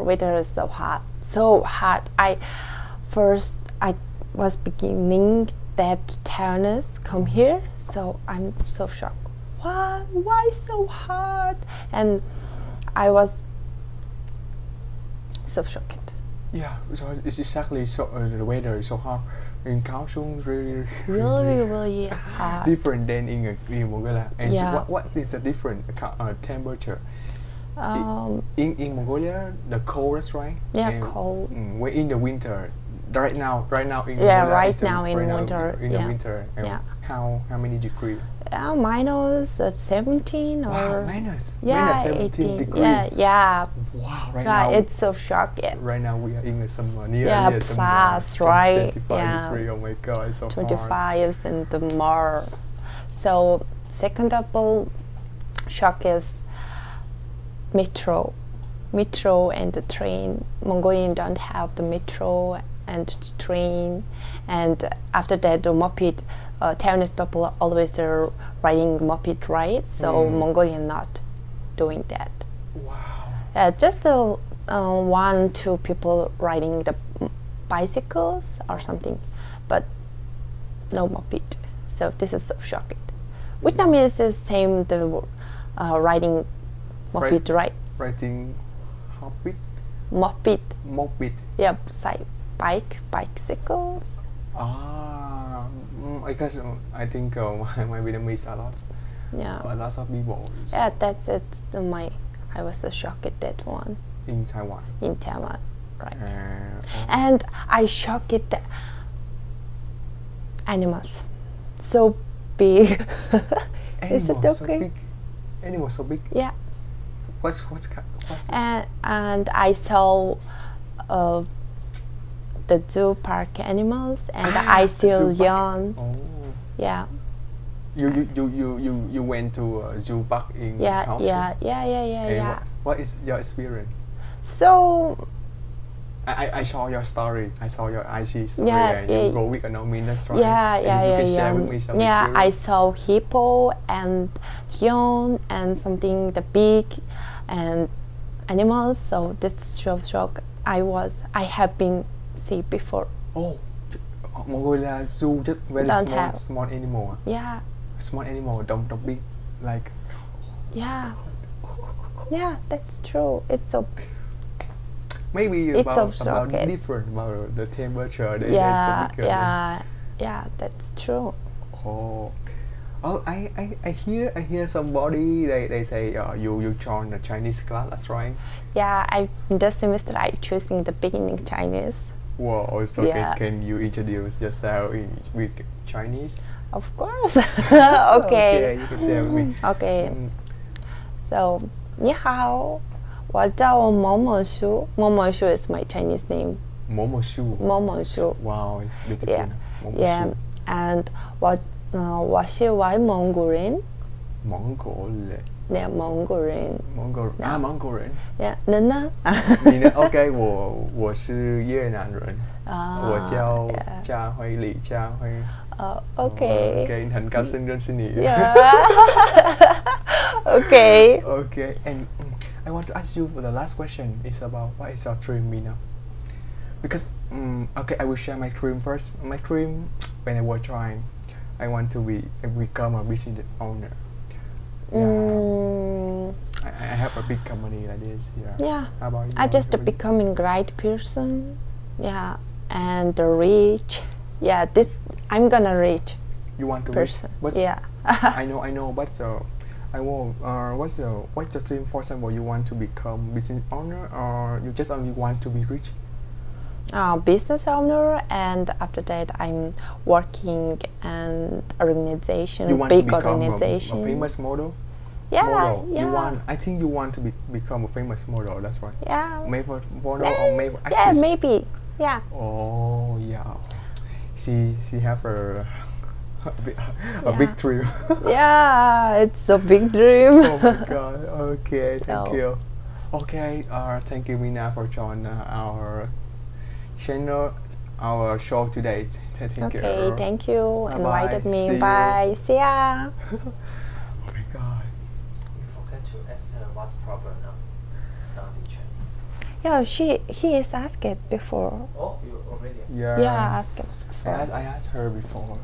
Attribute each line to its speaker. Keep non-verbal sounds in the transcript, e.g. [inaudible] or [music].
Speaker 1: Winter is so hard, so hard. I first I was beginning that tiredness come here, so I'm so shocked. Why? Why so hard? And I was so shocked.
Speaker 2: Yeah, so it's exactly so uh, the weather is so hot. In Kaohsiung really, [laughs]
Speaker 1: Really, really hard.
Speaker 2: different than in uh, in Mongolia. And
Speaker 1: Yeah.
Speaker 2: what what is the different ca- uh, temperature?
Speaker 1: Um,
Speaker 2: In in Mongolia, the coldest, right?
Speaker 1: Yeah,
Speaker 2: And,
Speaker 1: cold.
Speaker 2: Mm, we're in the winter. Right now, right now in
Speaker 1: Yeah,
Speaker 2: Mongolia,
Speaker 1: right
Speaker 2: it's the-
Speaker 1: now in winter,
Speaker 2: in the
Speaker 1: yeah.
Speaker 2: winter. and
Speaker 1: Yeah.
Speaker 2: How how many degree?
Speaker 1: uh, minus uh, 17 or
Speaker 2: Wow, minus minus
Speaker 1: yeah,
Speaker 2: seventeen
Speaker 1: 18.
Speaker 2: degree.
Speaker 1: Yeah, yeah.
Speaker 2: Wow, right
Speaker 1: God,
Speaker 2: now
Speaker 1: it's so shocking.
Speaker 2: right now we are in the summer near
Speaker 1: Yeah,
Speaker 2: near summer,
Speaker 1: plus,
Speaker 2: twen-
Speaker 1: right?
Speaker 2: 25
Speaker 1: Yeah.
Speaker 2: degree. Oh my god, it's so hard.
Speaker 1: 25 and the more. So second double shock is metro. Metro and the train. Mongolian don't have the metro and the train. And after that, the moped, uh, Taiwanese people always are riding moped, right? So Mongolian not doing that.
Speaker 2: Wow.
Speaker 1: Yeah, just uh, uh, one, two people riding the bicycles or something, but no moped. So this is so shocking. Vietnamese is same the uh, riding moped, right?
Speaker 2: Writing hobbit,
Speaker 1: Moped,
Speaker 2: moped.
Speaker 1: yeah, side bike, bicycles.
Speaker 2: Ah, mm, I guess um, I think uh, [laughs] my, my Vietnamese a lot,
Speaker 1: Yeah,
Speaker 2: a lot of people is
Speaker 1: yeah, that's it. The- My, I was so shocked at that one
Speaker 2: in Taiwan.
Speaker 1: in Taiwan, right?
Speaker 2: Uh, oh,
Speaker 1: and I shocked at the animals. So big. [laughs] Is it
Speaker 2: animal so
Speaker 1: okay?
Speaker 2: big. Animal so big.
Speaker 1: yeah. Eh.
Speaker 2: What's what's ki- what's
Speaker 1: And and I saw uh, the zoo park animals and
Speaker 2: Ah,
Speaker 1: I
Speaker 2: the
Speaker 1: still
Speaker 2: zoo park.
Speaker 1: yawn.
Speaker 2: oh.
Speaker 1: Yeah.
Speaker 2: You you, you, you, you you went to uh, zoo park in
Speaker 1: Yeah,
Speaker 2: Kaohsiung.
Speaker 1: yeah, yeah, yeah, yeah,
Speaker 2: And
Speaker 1: yeah.
Speaker 2: What, what is your experience?
Speaker 1: So
Speaker 2: I, I, I saw your story. I saw your IG story.
Speaker 1: Yeah,
Speaker 2: and
Speaker 1: yeah.
Speaker 2: you go with Anomi, that's right.
Speaker 1: yeah,
Speaker 2: and
Speaker 1: yeah,
Speaker 2: you
Speaker 1: yeah,
Speaker 2: can
Speaker 1: yeah.
Speaker 2: share with me some
Speaker 1: yeah, I
Speaker 2: experience.
Speaker 1: saw hippo and lion and something the big and animals. So this show shock I was I have been see before.
Speaker 2: Oh, Mongolia zoo just very
Speaker 1: Don't
Speaker 2: small,
Speaker 1: have.
Speaker 2: small animal. ah.
Speaker 1: Yeah,
Speaker 2: Small animal, don't, don't big. Like,
Speaker 1: yeah, yeah. That's true. It's so
Speaker 2: maybe
Speaker 1: It's
Speaker 2: about,
Speaker 1: also
Speaker 2: about
Speaker 1: okay.
Speaker 2: different, about the temperature. They,
Speaker 1: yeah,
Speaker 2: they're so bigger.
Speaker 1: yeah, yeah. That's true.
Speaker 2: Oh. Oh, I, I, I hear I hear somebody they, they say uh, you you join the Chinese class that's right.
Speaker 1: Yeah, I in this semester I choosing the beginning Chinese,
Speaker 2: Wow, also
Speaker 1: Yeah.
Speaker 2: can, can you introduce yourself in, with Chinese?
Speaker 1: of course. [laughs] okay.
Speaker 2: you can share
Speaker 1: [laughs]
Speaker 2: with me.
Speaker 1: Okay.
Speaker 2: Mm.
Speaker 1: So, 你好，我叫某某叔。某某叔 is my Chinese name.
Speaker 2: Momo Shu.
Speaker 1: 某某叔。
Speaker 2: Wow, it's beautiful.
Speaker 1: Yeah.
Speaker 2: Momo
Speaker 1: Yeah.
Speaker 2: Shu.
Speaker 1: And 我，呃，我是外蒙古人。
Speaker 2: Mongol.
Speaker 1: Yeah, 蒙古人。
Speaker 2: Mongol.
Speaker 1: No.
Speaker 2: Ah, Mongolian.
Speaker 1: Yeah, 您呢？
Speaker 2: 你
Speaker 1: [laughs]
Speaker 2: 呢？OK，我我是越南人，
Speaker 1: 啊，
Speaker 2: 我叫
Speaker 1: yeah.
Speaker 2: 家辉，李家辉。
Speaker 1: 呃，okay.
Speaker 2: OK，很高兴认识你。 [laughs]
Speaker 1: Yeah. [laughs] Okay.
Speaker 2: Okay, and mm, I want to ask you for the last question is about what is your dream, Mina? Because mm okay, I will share my dream first. My dream when I was trying, I want to be uh, become a business owner. Yeah,
Speaker 1: Mm,
Speaker 2: I, I have a big company like this. Yeah.
Speaker 1: yeah.
Speaker 2: How about you?
Speaker 1: I
Speaker 2: How
Speaker 1: just
Speaker 2: about you?
Speaker 1: becoming right person, yeah, and rich, yeah. This I'm gonna rich
Speaker 2: you want to be-
Speaker 1: person,
Speaker 2: What's,
Speaker 1: yeah.
Speaker 2: I know, I know, but uh, I will. Uh, what's your what's your dream? For example, you want to become business owner, or you just only want to be rich?
Speaker 1: [laughs] uh, business owner, and after that I'm working and organization,
Speaker 2: You want to
Speaker 1: big
Speaker 2: become a,
Speaker 1: organization,
Speaker 2: a famous model.
Speaker 1: yeah,
Speaker 2: model.
Speaker 1: yeah,
Speaker 2: You want. I think you want to be, become a famous model. That's right.
Speaker 1: yeah, Eh,
Speaker 2: Maybe model or maybe
Speaker 1: yeah,
Speaker 2: actress.
Speaker 1: maybe, yeah,
Speaker 2: Oh yeah. She she have her a, [laughs] big, a big
Speaker 1: Yeah.
Speaker 2: dream.
Speaker 1: yeah. It's a big dream.
Speaker 2: [laughs] oh
Speaker 1: [laughs]
Speaker 2: my god. Okay. Thank
Speaker 1: No.
Speaker 2: you. Okay. Uh, thank you, Mina, for joining our channel, our show today. Th- Thank you.
Speaker 1: okay, thank you.
Speaker 2: Bye-bye.
Speaker 1: Invited me.
Speaker 2: See you.
Speaker 1: Bye. See ya.
Speaker 2: [laughs] Oh my god.
Speaker 3: You forget to ask her what problem now. Start in Chinese.
Speaker 1: Yeah, she he is asked it before.
Speaker 3: Oh, you already.
Speaker 2: Yeah.
Speaker 1: Yeah, asked it
Speaker 2: I
Speaker 1: before.
Speaker 2: asked, I asked her before.